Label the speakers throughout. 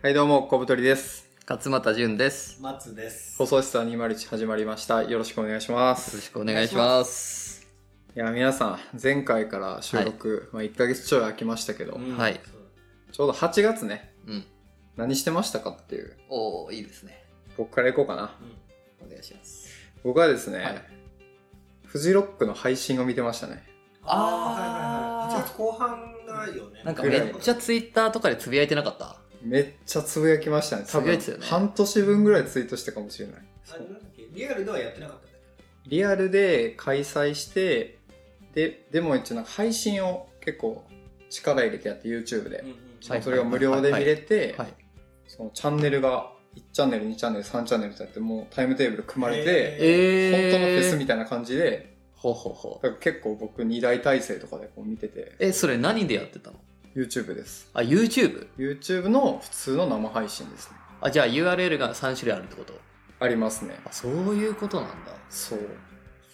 Speaker 1: はいどうも、小太りです。
Speaker 2: 勝俣淳です。
Speaker 3: 松です。
Speaker 1: 放送室は201始まりました。よろしくお願いしま
Speaker 2: よろし
Speaker 1: す。
Speaker 2: くお願いします。
Speaker 1: いや、皆さん、前回から収録、まあ1ヶ月ちょい空きましたけど、
Speaker 3: うん
Speaker 2: はい。
Speaker 1: ちょうど8月ね、
Speaker 2: うん。
Speaker 1: 何してましたかっていう、
Speaker 2: おおいいですね。
Speaker 1: 僕から行こうかな。
Speaker 2: お願いします。
Speaker 1: 僕はですね、
Speaker 2: はい
Speaker 1: フジロックの配信を見てましたね。
Speaker 3: ああ、はいは
Speaker 2: あー
Speaker 3: いはい。8月後半がよね。
Speaker 2: なんか
Speaker 1: ぐ
Speaker 2: め
Speaker 1: らい
Speaker 2: っちゃツイッターとかでつぶやいてなかった
Speaker 1: めっちゃつぶやきましたね。多
Speaker 2: つぶ
Speaker 1: 分、
Speaker 2: やいてたよね
Speaker 1: 半年分ぐらいツイートしたかもしれない。
Speaker 3: あれなんだっけリアルではやってなかったね。
Speaker 1: リアルで開催して、で、でも一応なんか配信を結構力入れてやって YouTube で。
Speaker 2: は
Speaker 3: はい
Speaker 1: それが無料で見れて、
Speaker 2: はい。
Speaker 1: そのチャンネルが1チャンネル、2チャンネル、3チャンネルってやって、もうタイムテーブル組まれて、
Speaker 2: え
Speaker 1: 本当のフェス
Speaker 2: い
Speaker 1: みたいな感じで、
Speaker 2: ほうほうほう。
Speaker 1: だから結構僕2大体制とかでこう見てて、
Speaker 2: え、それ何でやってたの
Speaker 1: YouTube です。
Speaker 2: あ、YouTube?
Speaker 1: YouTube の普通の生配信ですね。
Speaker 2: あ、じゃあ URL が3種類あるってこと
Speaker 1: ありますね。
Speaker 2: あ、そういうことなんだ。
Speaker 1: そう。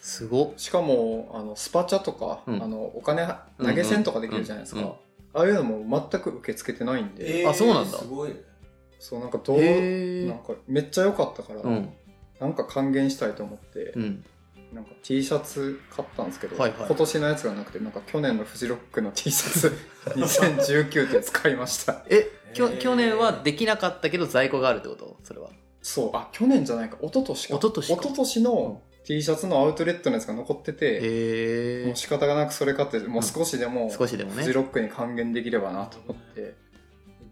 Speaker 2: すごっ。
Speaker 1: しかも、あの、スパチャとか、
Speaker 2: うん
Speaker 1: あの、お金投げ銭とかできるじゃないですか。
Speaker 2: うんうんうん
Speaker 1: ああいうのも全く受け付けてないんで、
Speaker 3: えー
Speaker 2: あそうなんだ
Speaker 3: すごいね。
Speaker 1: そう、なんかどう、
Speaker 2: へ
Speaker 1: なんかめっちゃ良かったから、
Speaker 2: うん。
Speaker 1: なんか還元したいと思って、
Speaker 2: うん。
Speaker 1: なんか T シャツ買ったんですけど、
Speaker 2: はいはい
Speaker 1: 今年のやつがなくてなんか去年のフジロックの T シャツ 2019って使いました
Speaker 2: え、きょ
Speaker 3: えー
Speaker 2: 去年はできなかったけど在庫があるってことそれは。
Speaker 1: そうあ去年じゃないか一昨年か
Speaker 2: 一昨年か
Speaker 1: 年の T シャツのアウトレットのやつが残ってて、
Speaker 2: へ
Speaker 1: もう仕方がなくそれ買ってもう少しでも、
Speaker 2: 少しでも
Speaker 1: フ
Speaker 2: ね
Speaker 1: ジ。ロックに還元できればなと思って、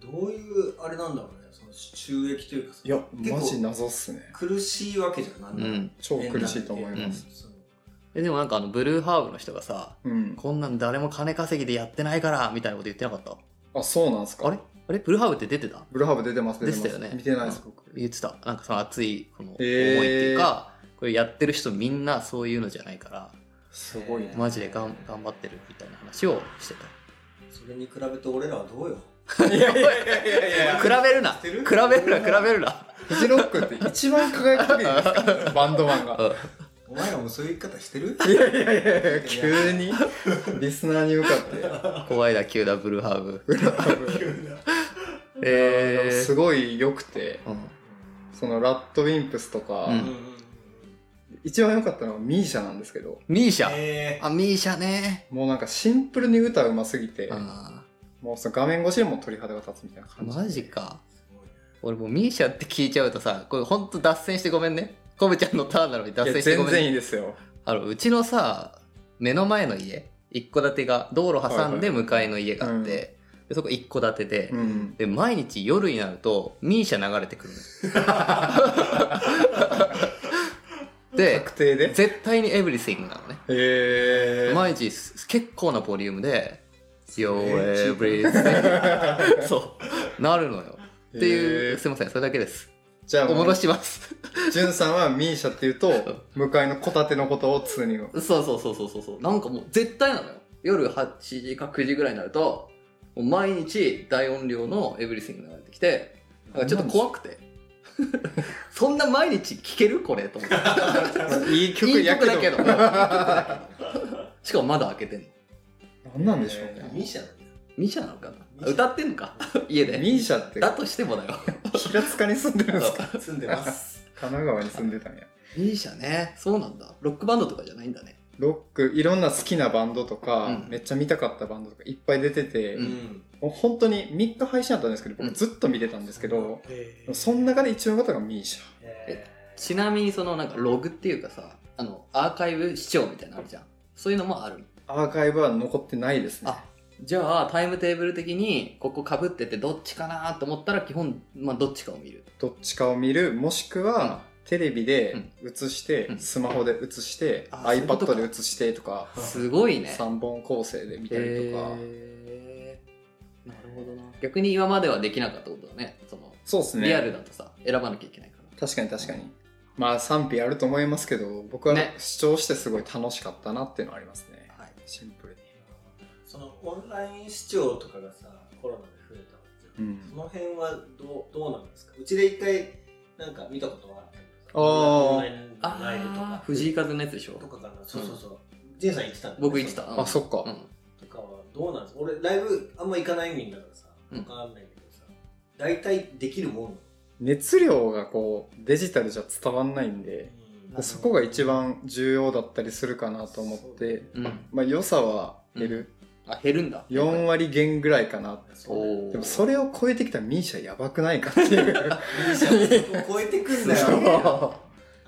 Speaker 3: どういう、あれなんだろうね。その収益というかさ
Speaker 1: いやマジ
Speaker 3: 結構
Speaker 1: 謎っすね
Speaker 3: 苦しいわけじゃんなん
Speaker 2: う
Speaker 3: だろう。
Speaker 2: ん。
Speaker 1: 超苦しいと思います、
Speaker 3: す。
Speaker 2: え、でもなんかあの、ブルーハーブの人がさ、
Speaker 1: うん
Speaker 2: こんなん誰も金稼ぎでやってないからみたいなこと言ってなかった
Speaker 1: あそうなんですか
Speaker 2: あれあれブルーハーブって出てた
Speaker 1: ブルーハーブ出てます出てます
Speaker 2: でしたよね
Speaker 1: 見てないです僕
Speaker 2: 言ってたなんかその熱いこの思いって
Speaker 1: へー
Speaker 2: いうか、これやってる人みんなそういうのじゃないから
Speaker 1: すごいね、
Speaker 2: マジでがん頑張ってるみたいな話をしてた
Speaker 3: それに比べて俺らはどうよ。
Speaker 1: いやいやいやいやいや
Speaker 2: 比べるな
Speaker 3: 知
Speaker 2: 比
Speaker 3: っ
Speaker 2: べ
Speaker 3: てる
Speaker 2: るな 比べるな
Speaker 1: フジロックって一番輝く時ですから、 バンドマンが。
Speaker 3: お前らもそういう言い方してる
Speaker 1: いやいやいやいや、急に リスナーに向かって。
Speaker 2: 怖いな急なブルーハー ブ
Speaker 1: でも
Speaker 2: え
Speaker 1: すごい良くて、
Speaker 2: ー、うん
Speaker 1: そのラッドウィンプスとか、
Speaker 2: うん
Speaker 1: 一番良かったのはミーシャなんですけど、
Speaker 2: ミーシャ
Speaker 3: え
Speaker 2: あミーシャね
Speaker 1: もうなんかシンプルに歌うますぎて、
Speaker 2: あ
Speaker 1: もうその画面越しでも鳥肌が立つみたいな
Speaker 2: ー
Speaker 1: 感じ。
Speaker 2: マジか俺もうミーシャって聞いちゃうとさこれほんと脱線してごめんねコブちゃんのターンなのに
Speaker 1: い
Speaker 2: 脱
Speaker 1: や
Speaker 2: 線してご
Speaker 1: 全
Speaker 2: め
Speaker 1: 然い
Speaker 2: んね
Speaker 1: いですよ。
Speaker 2: あのうちのさ目の前の家一戸建てが道路挟んで
Speaker 1: はいは
Speaker 2: 向かいの家があって、
Speaker 1: うん
Speaker 2: でそこ一戸建てで、
Speaker 1: うん。
Speaker 2: で毎日夜になるとミーシャ流れてくる ので
Speaker 1: 確定で。
Speaker 2: 絶対にエブリシングなのね
Speaker 1: へー。
Speaker 2: 毎日す結構なボリュームで「Your
Speaker 3: え
Speaker 2: Everything」そうなるのよってい
Speaker 1: へ
Speaker 2: う
Speaker 1: ー
Speaker 2: すいませんそれだけです
Speaker 1: じゃあ
Speaker 2: お
Speaker 1: もう
Speaker 2: 戻、しします
Speaker 1: じゅんさんはミーシャっていうと、向かいの小建のことを通に。
Speaker 2: そうそうそうそうそうそうなんかもう絶対なのよ夜8時か9時ぐらいになるともう毎日大音量のエブリシング流れてきてなんかちょっと怖くて そんな毎日聴けるこれと思って
Speaker 1: い い曲
Speaker 2: いい
Speaker 1: やけ
Speaker 2: 曲
Speaker 1: ど
Speaker 2: だけどいい曲だけ ど しかもまだ開けてんの
Speaker 1: なんなんでしょう
Speaker 3: え
Speaker 1: ね。
Speaker 3: ミシャなんだ
Speaker 2: ミシャなのか
Speaker 3: ミシ
Speaker 2: な
Speaker 3: ャ
Speaker 2: 歌ってんのか家で
Speaker 1: ミーシャって
Speaker 2: だとしてもだよ
Speaker 1: 平塚に住んでるんですか
Speaker 3: 住んでます。
Speaker 1: 神奈川に住んでたんや。
Speaker 2: ミシャねそうなんだロックバンドとかじゃないんだね
Speaker 1: ロック、いろんな好きなバンドとか、
Speaker 2: うん
Speaker 1: めっちゃ見たかったバンドとかいっぱい出てて、
Speaker 2: うん
Speaker 1: もう本当に3日配信だったんですけど、
Speaker 2: う
Speaker 1: 僕
Speaker 2: ん
Speaker 1: ずっと見てたんですけど、
Speaker 3: え
Speaker 1: その中で一番良かったのがミーシ
Speaker 3: え
Speaker 2: ちなみにそのなんかログっていうかさあのアーカイブ視聴みたいなのあるじゃんそういうのもある
Speaker 1: ャ。アーカイブは残ってないですね。
Speaker 2: あじゃあタイムテーブル的にここかぶっててどっちかなと思ったら基本、まあ、どっちかを見る
Speaker 1: どっちかを見る、もしくは、テレビで映して、
Speaker 2: うん
Speaker 1: スマホで映して、
Speaker 2: あそういうことか
Speaker 1: iPad で映してとか、
Speaker 2: すごいね
Speaker 1: 3本構成で見たりとか。
Speaker 2: へーなるほどな逆に今まではできなかったことだねその
Speaker 1: そうですね。
Speaker 2: リアルだとさ、選ばなきゃいけないから
Speaker 1: 確かに確かに、まあ賛否あると思いますけど僕は
Speaker 2: ね
Speaker 1: 主張してすごい楽しかったなっていうのはありますね
Speaker 2: はい
Speaker 1: シンプルに
Speaker 3: そのオンライン視聴とかがさ、コロナで増えたわけじゃん。その辺はどうどうなんですかうちで一回なんか見たことはあったけどさ
Speaker 1: あー
Speaker 3: オンラインライブと
Speaker 2: あー
Speaker 3: か
Speaker 2: 藤井風のやつでしょ
Speaker 3: とかかなそうそうそう、ジェンさん行ってたんだよね
Speaker 2: 僕言ってた、うん
Speaker 1: あそっか、
Speaker 2: うん
Speaker 3: とかはどうなんですか俺ライブあんま行かないんだからさ
Speaker 2: うん
Speaker 3: 分かんないんだけどさ、大体できるもん
Speaker 1: 熱量がこうデジタルじゃ伝わんないんで、
Speaker 2: なるほど
Speaker 1: そこが一番重要だったりするかなと思って、
Speaker 2: うん。
Speaker 1: まあ良さは減る、
Speaker 2: あ、減るんだ。
Speaker 1: 4割減ぐらいかな
Speaker 2: おー
Speaker 1: でもそれを超えてきたミーシャやばくないかっていう
Speaker 3: 超えてくんだよ
Speaker 1: そ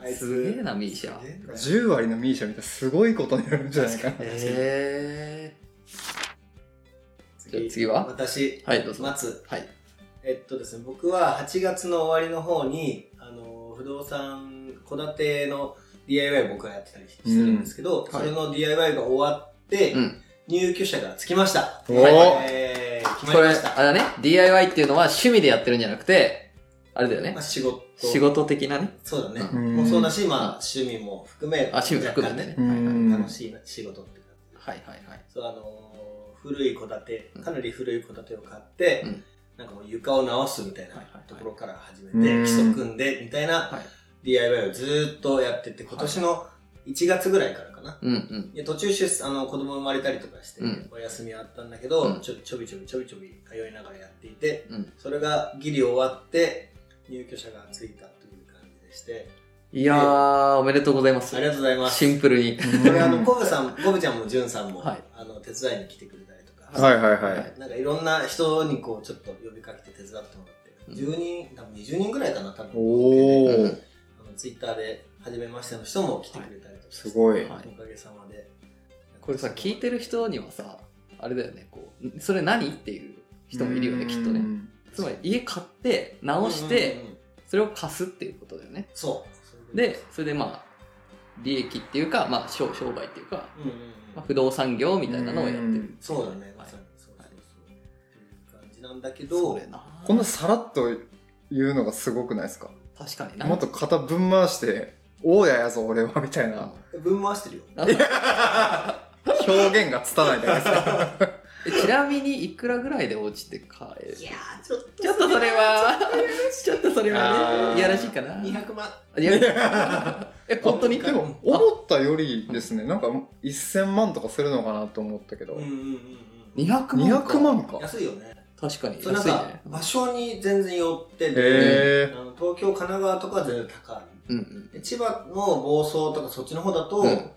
Speaker 3: あいつ
Speaker 2: すげえなミーシャ
Speaker 3: すげえ
Speaker 1: う
Speaker 3: な
Speaker 1: 10割のミーシャみたいなすごいことになるんじゃないか な
Speaker 2: へじゃあ次は
Speaker 3: 私
Speaker 2: ー。はい、どうぞ。
Speaker 3: 待つ
Speaker 2: はい。
Speaker 3: えっとですね、僕は8月の終わりの方に、あの、不動産、戸建ての DIY 僕がやってたりしてるんですけど、
Speaker 2: ん
Speaker 3: それの DIY が終わって、
Speaker 2: うん
Speaker 3: 入居者がつきました。
Speaker 1: おー
Speaker 3: えー、
Speaker 2: こ
Speaker 3: 決まり
Speaker 2: れ、
Speaker 3: ました。
Speaker 2: あれだね、DIY っていうのは趣味でやってるんじゃなくて、あれだよね
Speaker 3: まあ、。仕事。
Speaker 2: 仕。事的なね。
Speaker 3: そうだね。
Speaker 1: うん
Speaker 3: もうそうだし、まあ、趣味も含め。
Speaker 2: あ、趣味含めてね。
Speaker 1: う
Speaker 2: はいはい
Speaker 1: ん
Speaker 3: 楽しいな仕事って感じ。
Speaker 2: はいはいはい。
Speaker 3: そう、あのー古い戸建て
Speaker 2: うん、
Speaker 3: かなり古い戸建てを買って、
Speaker 2: うん
Speaker 3: なんかもう床を直すみたいな
Speaker 2: はいはいはい
Speaker 3: ところから始めて、
Speaker 1: うん
Speaker 3: 基礎組んで、みたいな
Speaker 2: はい
Speaker 3: DIY をずーっとやってて、今年の1月ぐらいからかな。
Speaker 2: うんうん。
Speaker 3: で途中出産あの子供生まれたりとかして、
Speaker 2: うん
Speaker 3: お休みはあったんだけど、
Speaker 2: うん
Speaker 3: ちょちょびちょびちょびちょび通いながらやっていて、
Speaker 2: うん
Speaker 3: それがギリ終わって、入居者がついたという感じでして、
Speaker 2: いやー、おめでとうございます。
Speaker 3: ありがとうございます。
Speaker 2: シンプルに。
Speaker 3: これあ
Speaker 1: う
Speaker 3: の
Speaker 1: ん
Speaker 3: コブさん、コブちゃんもジュンさんも、
Speaker 2: はい
Speaker 3: あの手伝いに来てくれたりとか、
Speaker 1: はいはいはい
Speaker 3: なんかいろんな人にこうちょっと呼びかけて手伝ってもらって、
Speaker 2: うん
Speaker 3: 10人多分20人ぐらいかな多分
Speaker 1: お
Speaker 2: う
Speaker 1: ー
Speaker 2: ん
Speaker 3: あのツイッターで初めましての人も来てくれたりとかして、
Speaker 1: すごい、
Speaker 2: はい
Speaker 3: おかげさまで
Speaker 2: これさ、聞いてる人にはさ、あれだよね、こう、それ何っていう人もいるよね、きっと
Speaker 1: う
Speaker 2: ね。
Speaker 1: ん
Speaker 2: つまり、家買って、直し
Speaker 3: うんうん
Speaker 2: て、
Speaker 3: うん
Speaker 2: それを貸すっていうことだよね。
Speaker 3: そう
Speaker 2: で、それでまあ、利益っていうか、まあ、商商売っていうか、
Speaker 3: うんうんうん
Speaker 2: まあ、不動産業みたいなのをやって
Speaker 1: う
Speaker 2: る
Speaker 1: ん。
Speaker 3: そうだねまさにそうそうそう、っていう感じなんだけど
Speaker 2: それな
Speaker 1: こんなさらっと言うのがすごくないですか
Speaker 2: 確かにな。
Speaker 1: もっと肩ぶん回して「大家やぞ俺は」みたいな
Speaker 3: 分回してるよ
Speaker 2: あ
Speaker 1: 表現がつたないじゃないです か
Speaker 2: えちなみにいくらぐらいで落ちて買える
Speaker 3: いやーちょっと
Speaker 2: ちょっとそれは、ちょっとそれは
Speaker 1: あ
Speaker 2: ね、
Speaker 1: ー
Speaker 2: いやらしいかな。
Speaker 3: 200万
Speaker 2: いやえ、本当に
Speaker 1: でも思ったよりですねなんか1000万とかするのかなと思ったけど、
Speaker 3: うんうんうんうん
Speaker 2: 200万か
Speaker 1: 200万か
Speaker 3: 安いよね
Speaker 2: 確かに
Speaker 3: そうなん
Speaker 2: 安い
Speaker 3: か
Speaker 2: ね。
Speaker 3: 場所に全然寄ってて、
Speaker 1: へえ
Speaker 3: あの東京神奈川とかは全然高
Speaker 2: うんうん
Speaker 3: いで千葉の房総とかそっちの方だと、
Speaker 2: うん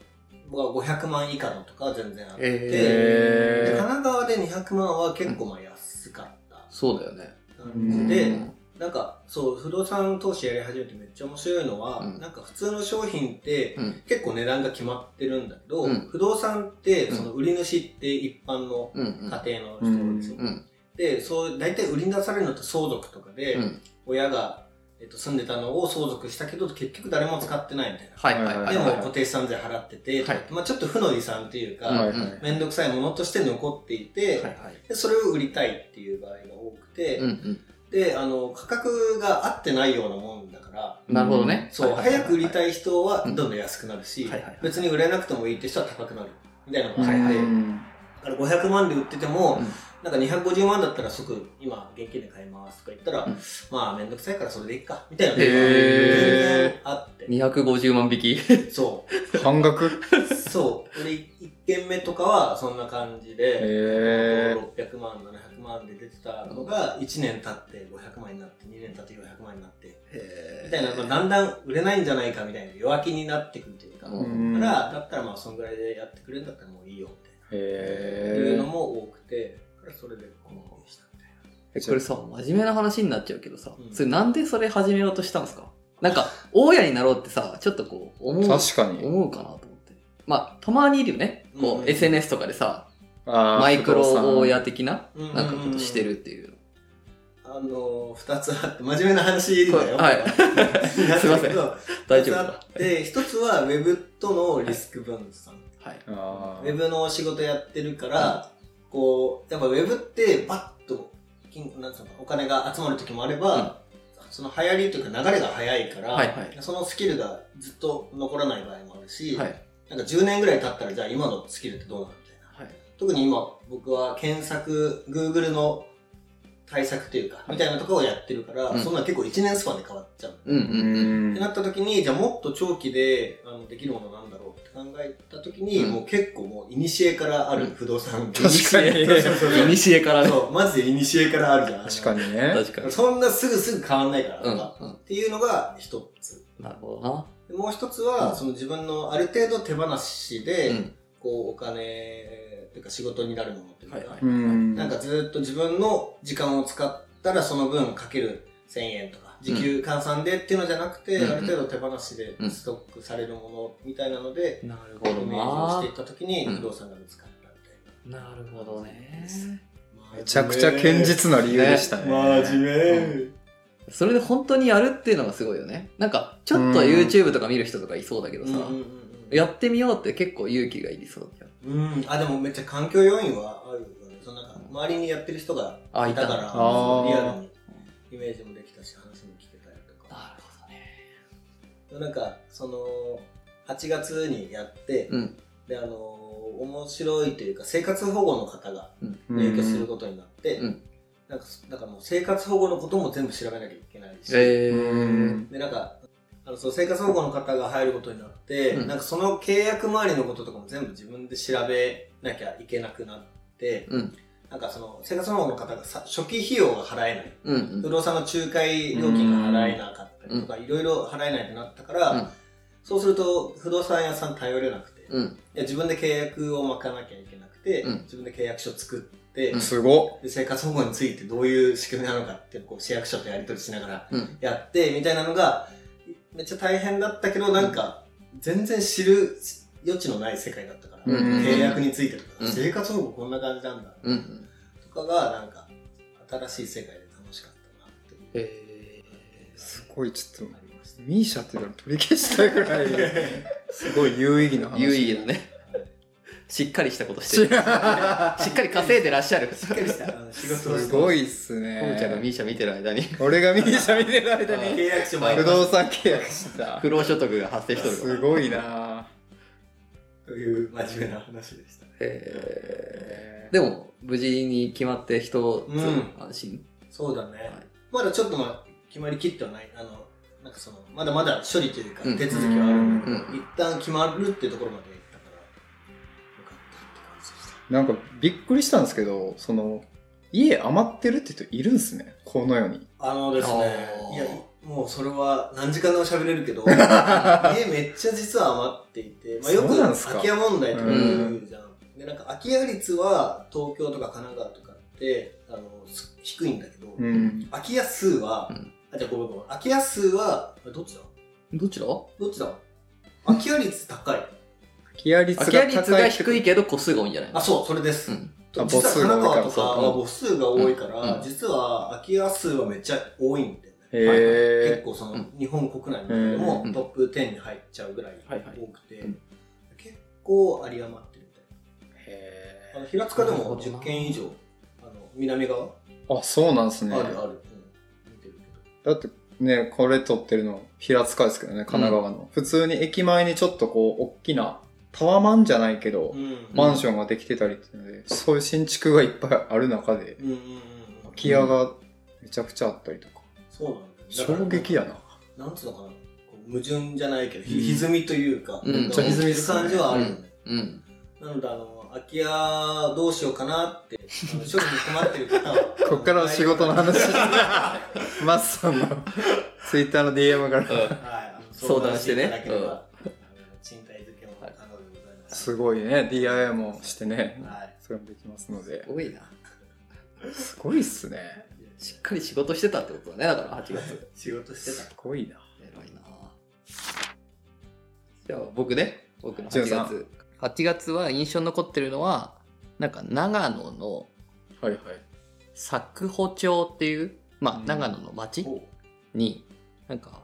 Speaker 3: 僕は500万以下のとかは全然あって、
Speaker 1: へー
Speaker 3: で
Speaker 1: え
Speaker 3: 神奈川で200万は結構まあ安かった
Speaker 2: そうだよね。
Speaker 3: 感じで、
Speaker 2: うん
Speaker 3: なんかそう不動産投資やり始めてめっちゃ面白いのは、
Speaker 2: うん
Speaker 3: なんか普通の商品って、
Speaker 2: うん
Speaker 3: 結構値段が決まってるんだけど、
Speaker 2: うん
Speaker 3: 不動産って
Speaker 2: うん
Speaker 3: その売り主って一般の
Speaker 2: うんうん
Speaker 3: 家庭の人ですよ、
Speaker 1: う
Speaker 2: うん
Speaker 3: でそう大体売りに出されるのって相続とかで、
Speaker 2: うん
Speaker 3: 親が、えっと、住んでたのを相続したけど結局誰も使ってないみたいな。
Speaker 2: はいはいはい
Speaker 3: でも
Speaker 2: はい
Speaker 3: 固定資産税払ってて、
Speaker 2: はい
Speaker 3: まあ、ちょっと負の遺産というか、
Speaker 2: うん
Speaker 1: はいはい
Speaker 3: めんどくさいものとして残っていて、
Speaker 2: はいはい
Speaker 3: でそれを売りたいっていう場合が多くて、
Speaker 2: うんうん
Speaker 3: であの価格が合ってないようなもんだから
Speaker 2: なるほどね。
Speaker 3: そう、早く売りたい人は
Speaker 2: う
Speaker 3: ど
Speaker 2: ん
Speaker 3: んどん安くなるし、
Speaker 2: はいはいはい
Speaker 3: 別に売れなくてもいいって人は高くなるみたいなの
Speaker 1: う
Speaker 3: があって、
Speaker 1: ん
Speaker 2: はいはい
Speaker 3: だから500万で売ってても、
Speaker 2: うん
Speaker 3: なんか250万だったら即今現金で買いますとか言ったら、
Speaker 2: うん
Speaker 3: まあ面倒くさいからそれでいいかみたいなのが
Speaker 2: へ
Speaker 1: ー
Speaker 3: 全然あって
Speaker 2: 250万匹。
Speaker 3: そ
Speaker 1: 半額
Speaker 3: う そう俺1軒目とかはそんな感じで。
Speaker 1: へえ
Speaker 3: 600万、700万で出てたのが、1年経って500万になって、2年経って400万になって、みたいな、まあ、だんだん売れないんじゃないかみたいな、弱気になってくるというか、
Speaker 2: う
Speaker 3: だ
Speaker 2: ん
Speaker 3: から、
Speaker 1: へ
Speaker 3: だったらまあ、そんぐらいでやってくれるんだったらもういいよ、みたいな、いうの
Speaker 1: え
Speaker 3: も多くて、だからそれでこの子にしたみたい
Speaker 2: えこれさ、真面目な話になっちゃうけどさ、
Speaker 3: うん
Speaker 2: それなんでそれ始めようとしたんですかなんか、大家になろうってさ、ちょっとこう、思う、
Speaker 1: 確かに
Speaker 2: 思うかなと思って。まあ、たまにいるよね。こう、
Speaker 3: うん
Speaker 2: SNS とかでさ、
Speaker 1: あー
Speaker 2: マイク
Speaker 1: 不
Speaker 2: ロ
Speaker 1: 動産
Speaker 2: 大家的な、
Speaker 3: うん
Speaker 2: なんかことしてるっていう。
Speaker 3: な。あのー、2つあって、真面目な話だよ。
Speaker 2: はい
Speaker 3: なん
Speaker 2: すいませ
Speaker 3: だ
Speaker 2: ん
Speaker 3: けど
Speaker 2: 大丈夫
Speaker 3: 二つ
Speaker 2: か
Speaker 3: あって、1つは Web とのリスク分散。
Speaker 2: はい。
Speaker 1: あ
Speaker 3: ウ
Speaker 1: ー
Speaker 3: ェブの仕事やってるから、こう、やっぱウェブってバッと金、なんつうのかなお金が集まる時もあれば、その流行りというか流れが早いから、
Speaker 2: はいはい
Speaker 3: そのスキルがずっと残らない場合もあるし、
Speaker 2: はい。
Speaker 3: なんか10年ぐらい経ったらじゃあ今のスキルってどうなるみた
Speaker 2: は
Speaker 3: いな。
Speaker 2: い。
Speaker 3: 特に今僕は検索、Google の対策というか、
Speaker 2: い
Speaker 3: みたいなところをやってるから、
Speaker 2: うん
Speaker 3: そんな結構1年スパンで変わっちゃう。
Speaker 2: うん
Speaker 1: う
Speaker 2: うん。
Speaker 1: ん
Speaker 3: ってなった時に、じゃあもっと長期であのできるものなんだろうって考考えた時に、
Speaker 2: うん
Speaker 3: もう結構もう、いにしえからある不動 産。
Speaker 1: 確かに
Speaker 3: そうそうそ
Speaker 2: い
Speaker 3: う
Speaker 2: にしえからね。
Speaker 3: そう、マジでいにしえからあるじゃん。
Speaker 1: 確かにね。
Speaker 2: 確かに。
Speaker 3: そんなすぐすぐ変わんないから
Speaker 2: うん、うん
Speaker 3: とか、。っていうのが一つ。
Speaker 2: なるほどな。
Speaker 3: でもう一つは、
Speaker 2: うん
Speaker 3: その自分のある程度手放しで、
Speaker 2: うん。
Speaker 3: こう、お金、というか仕事になるものっていうか、
Speaker 2: はいはい
Speaker 1: うん。
Speaker 3: なんかずっと自分の時間を使ったらその分かける1000円とか、時給換算でっていうのじゃなくて、
Speaker 2: うん
Speaker 3: ある程度手放しで
Speaker 2: うん
Speaker 3: ストックされるものみたいなので、
Speaker 2: なるほど
Speaker 3: イメージをしてい
Speaker 2: な
Speaker 3: っ。た時に
Speaker 2: うん
Speaker 3: 不動産が見つかったみたいな。
Speaker 2: なるほどね。
Speaker 1: めちゃくちゃ堅実な理由でしたね。
Speaker 3: 真面
Speaker 2: うそれで本当にやるっていうのがすごいよね。なんか、ちょっと
Speaker 1: うん
Speaker 2: YouTube とか見る人とかいそうだけど
Speaker 3: うん
Speaker 2: さ、
Speaker 3: うんうんうん
Speaker 2: やってみようって結構勇気がいりそうだよ。
Speaker 3: うん、あでもめっちゃ環境要因はあるよねそのなんか周りにやってる人が
Speaker 2: あ、
Speaker 3: い
Speaker 2: い
Speaker 3: た
Speaker 2: た
Speaker 3: か
Speaker 2: な。
Speaker 3: ら
Speaker 2: なる
Speaker 1: あー
Speaker 3: リアルにイメージもできたし話も聞けたりとか
Speaker 2: ほどね。
Speaker 3: なんかその8月にやって、
Speaker 2: うん
Speaker 3: であの面白いというか生活保護の方が
Speaker 1: うん
Speaker 3: 入居することになって、
Speaker 2: うん
Speaker 3: なんかだからもう生活保護のことも全部調べなきゃいけないし、
Speaker 2: え
Speaker 1: うん
Speaker 3: でなんかあのその生活保護の方が入ることになって、
Speaker 2: うん
Speaker 3: なんかその契約周りのこととかも全部自分で調べなきゃいけなくなって、
Speaker 2: うん
Speaker 3: なんかその生活保護の方がさ初期費用が払えない、
Speaker 2: うんうん
Speaker 3: 不動産の仲介料金が払えなかったりとか、いろいろ払えないとなったから、
Speaker 2: うん
Speaker 3: そうすると不動産屋さん頼れなくて、い
Speaker 2: うん
Speaker 3: や自分で契約を巻かなきゃいけなくて、
Speaker 2: うん
Speaker 3: 自分で契約書作って、
Speaker 2: うん
Speaker 1: すご
Speaker 3: で生活保護についてどういう仕組みなのかってこう市役所とやり取りしながら
Speaker 2: うん
Speaker 3: やってみたいなのがめっちゃ大変だったけどなんか全然知る余地のない世界だったから、
Speaker 1: うん
Speaker 3: 契約についてとか、
Speaker 2: うん
Speaker 3: 生活保護こんな感じなんだ
Speaker 2: うんうん。
Speaker 3: とかがなんか新しい世界で楽しかったなっていう
Speaker 2: え
Speaker 1: い。すごい、ちょっと
Speaker 3: あ、りました
Speaker 1: ミーシャっていうの取り消したいぐらい、 すごい有意義な
Speaker 2: ー、
Speaker 1: 話。
Speaker 2: 有意義だね。 しっかりしたことして
Speaker 1: し
Speaker 2: る。しっかり稼いでらっしゃる。しっ
Speaker 3: しっか りしたあの仕事を
Speaker 1: す
Speaker 3: して
Speaker 1: ごいっすね
Speaker 2: ちゃんが。ミーシャ見てる間に、
Speaker 1: 俺がミーシャ見てる間
Speaker 2: あ
Speaker 1: に
Speaker 3: 契約書
Speaker 2: ー
Speaker 3: 毎
Speaker 1: 不
Speaker 3: 回
Speaker 1: 動産契約した
Speaker 2: 不。労所得が発生しとるから
Speaker 1: すごいな
Speaker 3: という真面目な話でした
Speaker 1: ぁ
Speaker 2: えー、でも、無事に決まって一つ
Speaker 3: うん
Speaker 2: 安心。
Speaker 3: そうだね、
Speaker 2: はい
Speaker 3: まだちょっとまあ決まりきってはないあのなんかそのまだまだ処理というか
Speaker 2: うん
Speaker 3: 手続きはあるんだけど、
Speaker 2: うん
Speaker 3: 一旦決まるっていうところまで行ったからよかったって感じでした
Speaker 1: なんかびっくりしたんですけど、その、家余ってるって人いるんすね。この世に。
Speaker 3: あのですね
Speaker 2: あー
Speaker 3: いやもうそれは何時間でも喋れるけど 家めっちゃ実は余っていて、まあ、よく
Speaker 1: そうなんすか
Speaker 3: 空き家問題とか言うじゃん、でなんか空き家率は東京とか神奈川とかってあのす低いんだけど、
Speaker 1: うん。
Speaker 3: 空き家数は、
Speaker 2: うん
Speaker 3: あじゃあごめんごめん空き家数はあどっちだ
Speaker 2: どちら
Speaker 3: どっちだ空き家率 高い。
Speaker 1: 空き家率
Speaker 2: 空き家
Speaker 1: が
Speaker 2: 率
Speaker 1: 高
Speaker 2: が
Speaker 1: いってこと。
Speaker 2: 低いけど個数が多いんじゃない
Speaker 3: あ、そう、それです。
Speaker 2: うん
Speaker 1: あ
Speaker 3: 実
Speaker 1: 母
Speaker 3: は
Speaker 1: 数
Speaker 3: 神
Speaker 1: が多い
Speaker 3: 奈
Speaker 1: から
Speaker 3: 川とかは母数が多いから、
Speaker 2: うんうん
Speaker 3: 実は空き家数はめっちゃ多いんだよね。結
Speaker 1: へ
Speaker 3: 構その、
Speaker 2: うん
Speaker 3: 日本国内の中でも
Speaker 2: うん
Speaker 3: トップ10に入っちゃうぐらい
Speaker 2: はいはい
Speaker 3: 多くて、
Speaker 2: うん
Speaker 3: 結構有り余ってるみたいな。あ
Speaker 1: え。
Speaker 3: の平塚で
Speaker 2: なるほ
Speaker 3: も
Speaker 2: どな
Speaker 3: 10軒以上、あの南側、
Speaker 1: あ、そうなんすね。
Speaker 3: あるある。うん、見てるけど。
Speaker 1: だってね、これ撮ってるの平塚ですけどね、神奈川の。普通に駅前にちょっとこう、大きなタワマンじゃないけど、
Speaker 3: うん
Speaker 1: マンションができてたりっていうので、そういう新築がいっぱいある中で、
Speaker 3: うんうんうんうん。
Speaker 1: 空き家がめちゃくちゃあったりとか。
Speaker 3: そうなんだよだから
Speaker 1: 衝撃やな。
Speaker 3: なんつうのかな、こう矛盾じゃないけど、
Speaker 1: うん
Speaker 3: ひ歪みというか、
Speaker 2: うん
Speaker 3: なんか
Speaker 2: ちょっと
Speaker 1: 歪みですね。
Speaker 3: 感じはあるよね。
Speaker 2: うん。
Speaker 3: なので、あの、空き家どうしようかなって、あの処理に困ってる方は
Speaker 1: こっからの仕事の 話。マッサンのツイッターの DM から。
Speaker 3: はい、あの
Speaker 2: 相談してね
Speaker 3: 相談いただければあの賃貸付けも可能でございます。
Speaker 1: すごいね、DIY もしてね、
Speaker 3: はい。
Speaker 1: それもできますので。
Speaker 2: 多いな。
Speaker 1: すごいっすね。
Speaker 2: しっかり仕事してたってことだね、だから8月。
Speaker 3: 仕事してた
Speaker 1: す。ごいな。
Speaker 2: 偉いなじゃあ僕ね僕の
Speaker 1: ジュン
Speaker 2: 8
Speaker 1: さん
Speaker 2: 月8月は印象に残ってるのはなんか長野の
Speaker 1: はいはい。
Speaker 2: 佐久穂町っていう
Speaker 1: う
Speaker 2: ま
Speaker 1: ん
Speaker 2: あ長野の町
Speaker 3: おう
Speaker 2: になんか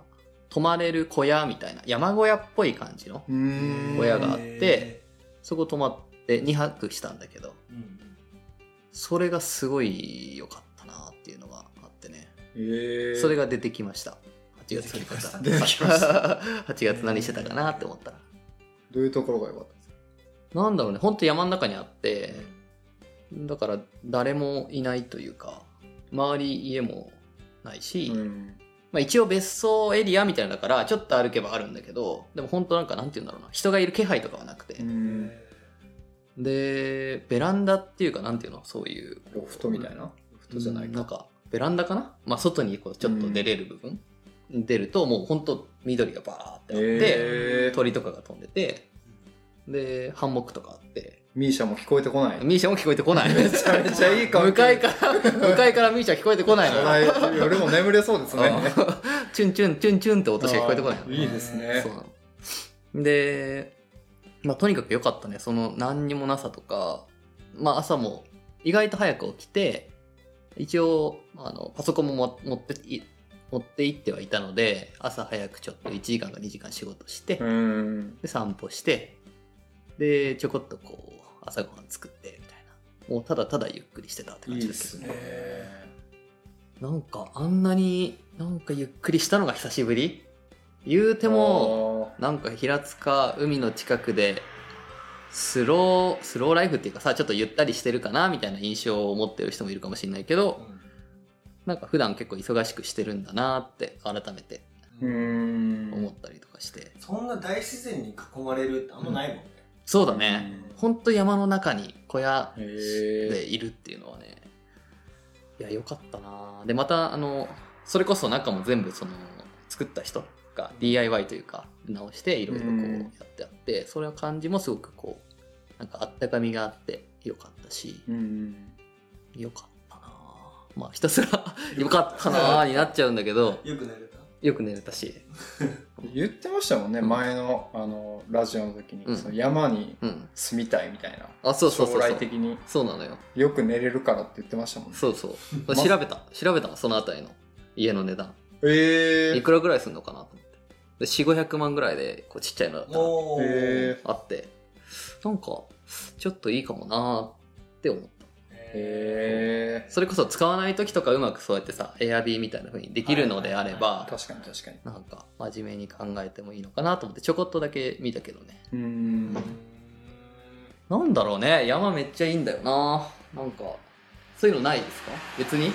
Speaker 2: 泊まれる小屋みたいな山小屋っぽい感じの
Speaker 1: うーん。
Speaker 2: 親があって、そこ泊まって2泊したんだけど
Speaker 3: うんうん
Speaker 2: それがすごい良かったなっていうのがあってね
Speaker 1: えー、
Speaker 2: それが出てきました8月
Speaker 3: 出てきました
Speaker 1: 出てきました
Speaker 2: 8月何してたかなって思ったら
Speaker 1: どういうところが良かったんですか
Speaker 2: なんだろうね、ほんと山の中にあって、だから誰もいないというか、周り家もないし、
Speaker 1: うん。
Speaker 2: まあ一応別荘エリアみたいなのだから、ちょっと歩けばあるんだけど、でも本当なんかなんて言うんだろうな、人がいる気配とかはなくて
Speaker 1: う。ん
Speaker 3: え
Speaker 2: で、ベランダっていうかなんていうの、そういう。
Speaker 1: ロフトみたいなロフトじゃない
Speaker 2: なん
Speaker 1: か
Speaker 2: か、ベランダかなまあ外にこうちょっと出れる部分、出るともう本当緑がバーってあって、
Speaker 1: えー、
Speaker 2: 鳥とかが飛んでて、で、ハンモックとかあって、
Speaker 1: ミーシャも聞こえてこない
Speaker 2: ミーシャも聞こえてこない。め
Speaker 1: ちゃめちゃいい環境
Speaker 2: 向かいから、向かいからミーシャ聞こえてこないのよ。
Speaker 1: はい夜も眠れそうですね
Speaker 2: うん チュンチュンチュンチュンって音しか聞こえてこないの。
Speaker 1: いいですね
Speaker 2: そうなので、まあ、とにかく良かったねその何にもなさとか、まあ、朝も意外と早く起きて一応あのパソコンもも持ってい持って行ってはいたので朝早くちょっと1時間か2時間仕事して、
Speaker 1: うん
Speaker 2: で散歩してでちょこっとこう朝ごはん作ってみたいなもうただただゆっくりしてたって
Speaker 1: い
Speaker 2: 感
Speaker 1: い
Speaker 2: じ
Speaker 1: で
Speaker 2: です
Speaker 1: す
Speaker 2: けど
Speaker 1: ね
Speaker 2: なんかあんなになんかゆっくりしたのが久しぶり言うてもなんか平塚海の近くでスロースローライフっていうかさちょっとゆったりしてるかなみたいな印象を持ってる人もいるかもしれないけ
Speaker 3: ー
Speaker 2: どなんか普段結構忙しくしてるんだなって改めて
Speaker 3: う
Speaker 1: うんん
Speaker 2: 思ったりとかして、
Speaker 3: そんな大自然に囲まれるってあんまないもんね。
Speaker 2: そうだねほんと山の中に小屋
Speaker 1: へー
Speaker 2: でいるっていうのはねいやよかったなでまたあのそれこそ中も全部その作った人が DIY というか直していろいろこう
Speaker 1: うん
Speaker 2: やってあってそれは感じもすごくこうなんかあったかみがあってよかったし
Speaker 1: うん
Speaker 2: よかったなまあひた すらよかったなになっちゃうんだけど
Speaker 3: よく寝れた
Speaker 2: よく寝れたし
Speaker 1: 言ってましたもんね、
Speaker 2: うん
Speaker 1: 前のあのラジオの時に、
Speaker 2: うん
Speaker 1: その山に
Speaker 2: うん
Speaker 1: 住みたいみたいな
Speaker 2: あそうそうそうそ
Speaker 1: 将来
Speaker 2: う
Speaker 1: 的に
Speaker 2: そうなのよ
Speaker 1: よく寝れるからって言ってましたもんね
Speaker 2: そうそう調べた調べたそのあたりの家の値段
Speaker 1: え
Speaker 2: いくらぐらいするのかなと思って。で、4、500万ぐらいで、こう、ちっちゃいのだったら
Speaker 3: おー
Speaker 1: え
Speaker 2: あって、なんか、ちょっといいかもなーって思った。
Speaker 1: へえ
Speaker 2: それこそ使わない時とかうまくそうやってさ、エアビーみたいな風にできるのであれば、
Speaker 1: 確かに確かに
Speaker 2: なんか、真面目に考えてもいいのかなと思って、ちょこっとだけ見たけどね。
Speaker 1: う
Speaker 3: うんん
Speaker 2: なんだろうね、山めっちゃいいんだよななんか、そういうのないですか別に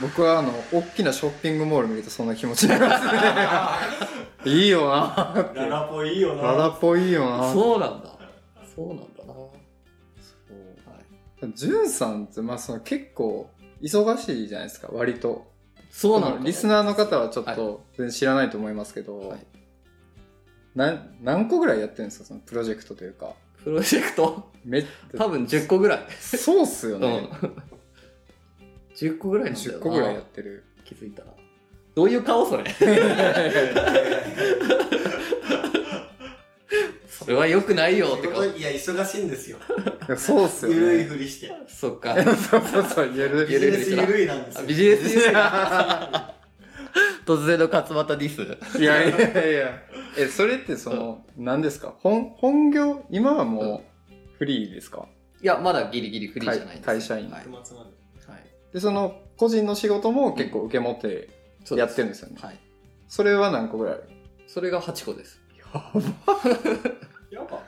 Speaker 1: 僕はあの大きなショッピングモール見るとそんな気持ちになりますね いいよなーって
Speaker 3: ララポいいよな。
Speaker 1: ララポいいよな
Speaker 2: そうなんだ。そうなんだなはい
Speaker 1: ジュンさんって、まあ、その結構忙しいじゃないですか割と
Speaker 2: そうなんだ、
Speaker 1: リスナーの方はちょっ
Speaker 2: はい
Speaker 1: と全然知らないと思いますけど、
Speaker 2: はい
Speaker 1: なん何個ぐらいやってるんですかそのプロジェクトというか
Speaker 2: プロジェクト
Speaker 1: めっ
Speaker 2: 多分10個ぐらい。
Speaker 1: そうっすよね、
Speaker 2: うん、10個ぐらいなんだよ
Speaker 1: 10
Speaker 2: な
Speaker 1: 個ぐらいやってる
Speaker 2: 気づいたらどういう顔 それそれはよくないよって顔
Speaker 3: いや、忙しいんですよ。
Speaker 1: いやそうっすよ
Speaker 3: ゆるい
Speaker 1: ね
Speaker 3: ふりして。
Speaker 2: そっか
Speaker 1: そうそうそうゆる
Speaker 3: ビジ
Speaker 2: ゆるいふ
Speaker 3: ネ
Speaker 2: り
Speaker 3: ス
Speaker 2: して
Speaker 3: ゆるいなんです
Speaker 2: あ
Speaker 3: よ。
Speaker 2: ビジネスユーザー
Speaker 1: い
Speaker 2: 突然の勝俣ディス
Speaker 1: やいやいやえそれってその、何ですか本本業今はもうフリーですか、
Speaker 2: いやまだギリギリフリーじゃないです
Speaker 1: 会会社員
Speaker 2: はい、
Speaker 3: 熊津まで
Speaker 2: はい
Speaker 1: でその個人の仕事も結構受け持って
Speaker 2: そう
Speaker 1: や
Speaker 2: で
Speaker 1: っ
Speaker 2: す
Speaker 1: てるんですよね、
Speaker 2: はい
Speaker 1: それは何個ぐらい
Speaker 2: それが8個です
Speaker 3: やば。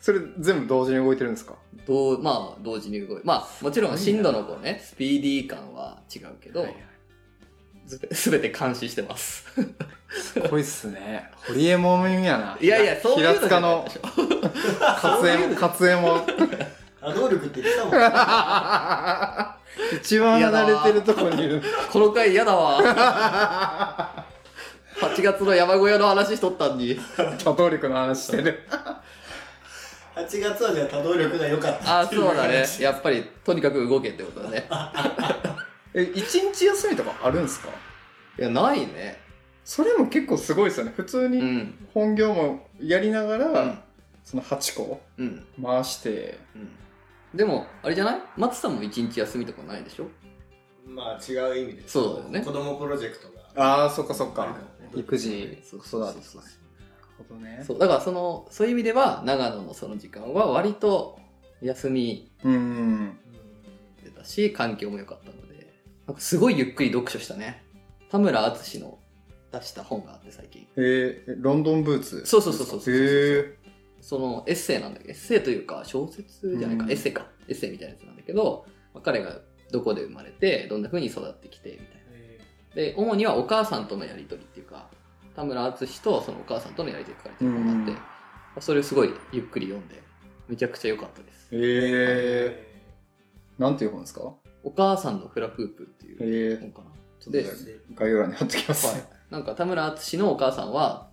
Speaker 1: それ全部同時に動いてるんですか
Speaker 2: どうまあ同時に動いまあもちろん震度のこうねスピーディー感は違うけど、
Speaker 1: はいはい
Speaker 2: すべ全て監視してます
Speaker 1: すごいっすね。ホリエモンやな。
Speaker 2: いやいやそういう
Speaker 1: 平塚の
Speaker 2: じゃないでしょ
Speaker 1: 活
Speaker 2: そういう
Speaker 1: 演、
Speaker 2: の
Speaker 1: 活演 も。
Speaker 3: あ、能力って言ってたもん。あ
Speaker 1: 一番離れてるとこにいる。
Speaker 2: この回嫌だわ 8月の山小屋の話しとったんに
Speaker 1: 多動力の話してる。
Speaker 3: 8月はじゃあ多動力が良かった
Speaker 2: あ
Speaker 3: っ
Speaker 2: あ
Speaker 3: てい
Speaker 2: そうだね
Speaker 3: 話
Speaker 2: やっぱりとにかく動けってことだね
Speaker 1: え、一日休みとかあるんですか
Speaker 2: いやないね
Speaker 1: それも結構すごいですよね。普通
Speaker 2: う
Speaker 1: に
Speaker 2: ん
Speaker 1: 本業もやりなが
Speaker 2: う
Speaker 1: ら、
Speaker 2: ん
Speaker 1: その8個
Speaker 2: うん、
Speaker 1: 回して。
Speaker 2: でもあれじゃない松さんも一日休みとかないでしょ
Speaker 3: まあ違う意味で。
Speaker 2: そうだよね
Speaker 3: 子供プロジェクトが。
Speaker 1: ああ、そっかそっ
Speaker 3: ある
Speaker 1: か
Speaker 3: か。らね
Speaker 1: 育児、
Speaker 2: そ
Speaker 1: 子
Speaker 2: うそう
Speaker 1: 育
Speaker 2: そう
Speaker 1: てとか。な
Speaker 2: そう
Speaker 1: るほどね。
Speaker 2: そうだからそのそういう意味では長野のその時間は割と休み
Speaker 1: うん。
Speaker 3: うん
Speaker 2: 出たし環境も良かったのでなんかすごいゆっくり読書したね田村淳の出した本があって最近
Speaker 1: えー、えロンドンブーツ。
Speaker 2: そうそうそうそうそう
Speaker 1: へ
Speaker 2: そのエッセイなんだけどエッセイというか小説じゃないか、
Speaker 1: うん
Speaker 2: エッセイかエッセイみたいなやつなんだけど、まあ彼がどこで生まれてどんな風に育ってきてみたいな
Speaker 3: え
Speaker 2: で主にはお母さんとのやり取りっていうか田村淳とそのお母さんとのやり取りって書かれてる本があって、
Speaker 1: うん
Speaker 2: それをすごいゆっくり読んでめちゃくちゃ良かったです
Speaker 1: えー、なんていう本ですか
Speaker 2: 「お母さんのフラフープ」っていう
Speaker 1: ええ
Speaker 2: 本かな、
Speaker 1: ちょっと
Speaker 2: で
Speaker 1: じゃあ概要欄に貼ってきます、
Speaker 2: はい、なんか田村淳のお母さんは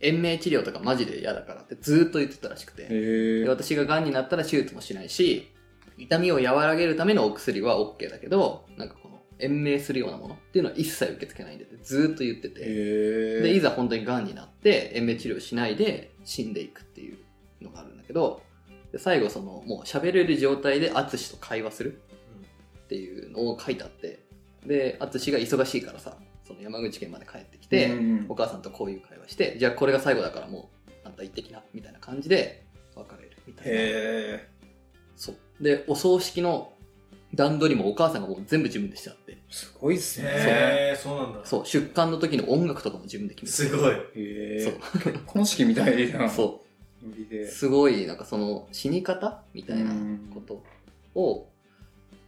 Speaker 2: 延命治療とかマジで嫌だからってずーっと言ってたらしくて、
Speaker 1: え
Speaker 2: で
Speaker 1: ー、
Speaker 2: 私ががんになったら手術もしないし痛みを和らげるためのお薬は OK だけどなんかこの延命するようなものっていうのは一切受け付けないんでってずーっと言ってて、
Speaker 1: えー、
Speaker 2: でいざ本当にがんになって延命治療しないで死んでいくっていうのがあるんだけどで最後そのもう喋れる状態で淳と会話するっていうのを書いてあってで淳が忙しいからさその山口県まで帰ってきて、
Speaker 1: うんうん
Speaker 2: お母さんとこういう会話してじゃあこれが最後だからもうあんた行ってきなみたいな感じで別れるみたいな、
Speaker 1: え
Speaker 2: そうでお葬式の段取りもお母さんがもう全部自分でしちゃって
Speaker 1: ー、すごいっすね。
Speaker 3: えー、そうなんだ。
Speaker 2: そう出棺の時の音楽とかも自分で決めて
Speaker 3: すごい。
Speaker 1: え
Speaker 2: そ
Speaker 1: ー
Speaker 2: う、
Speaker 1: 結婚式みたいな
Speaker 2: そう
Speaker 1: ノリで。
Speaker 2: すごいなんかその死に方みたいなことを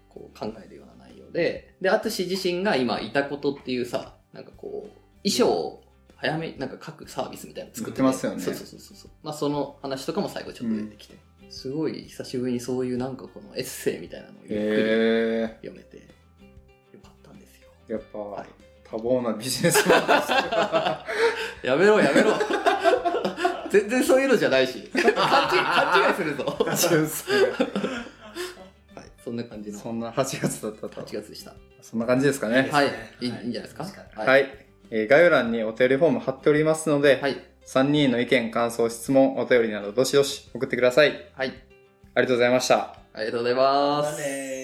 Speaker 2: こう考えるような内容でで淳自身が今いたことっていうさなんかこう衣装を早めなんか書くサービスみたいなの作ってて
Speaker 1: 売ってますよね
Speaker 2: そうそうそうそう、まあ、その話とかも最後ちょっと出てきて、すごい久しぶりにそういうなんかこのエッセイみたいなのをゆっく
Speaker 1: え
Speaker 2: り読めてよかったんですよ、
Speaker 1: ー、やっぱ、
Speaker 2: はい
Speaker 1: 多忙なビジネスマンですか ら。
Speaker 2: やめろやめろ 全然そういうのじゃないし 勘違い勘違いするぞはい、そんな感じの
Speaker 1: そんな8月だったと
Speaker 2: 8。月でした。
Speaker 1: そんな感じですかね。
Speaker 2: はい
Speaker 3: ね、
Speaker 2: いいいいん
Speaker 3: はい
Speaker 2: じゃないですか。
Speaker 3: は
Speaker 1: はい。えー概要欄にお便りフォーム貼っておりますので、
Speaker 2: はい、
Speaker 1: 3人の意見、感想、質問、お便りなどどしどし送ってください。
Speaker 2: はい、
Speaker 1: ありがとうございました。
Speaker 2: ありがとうございま。
Speaker 3: ますあねー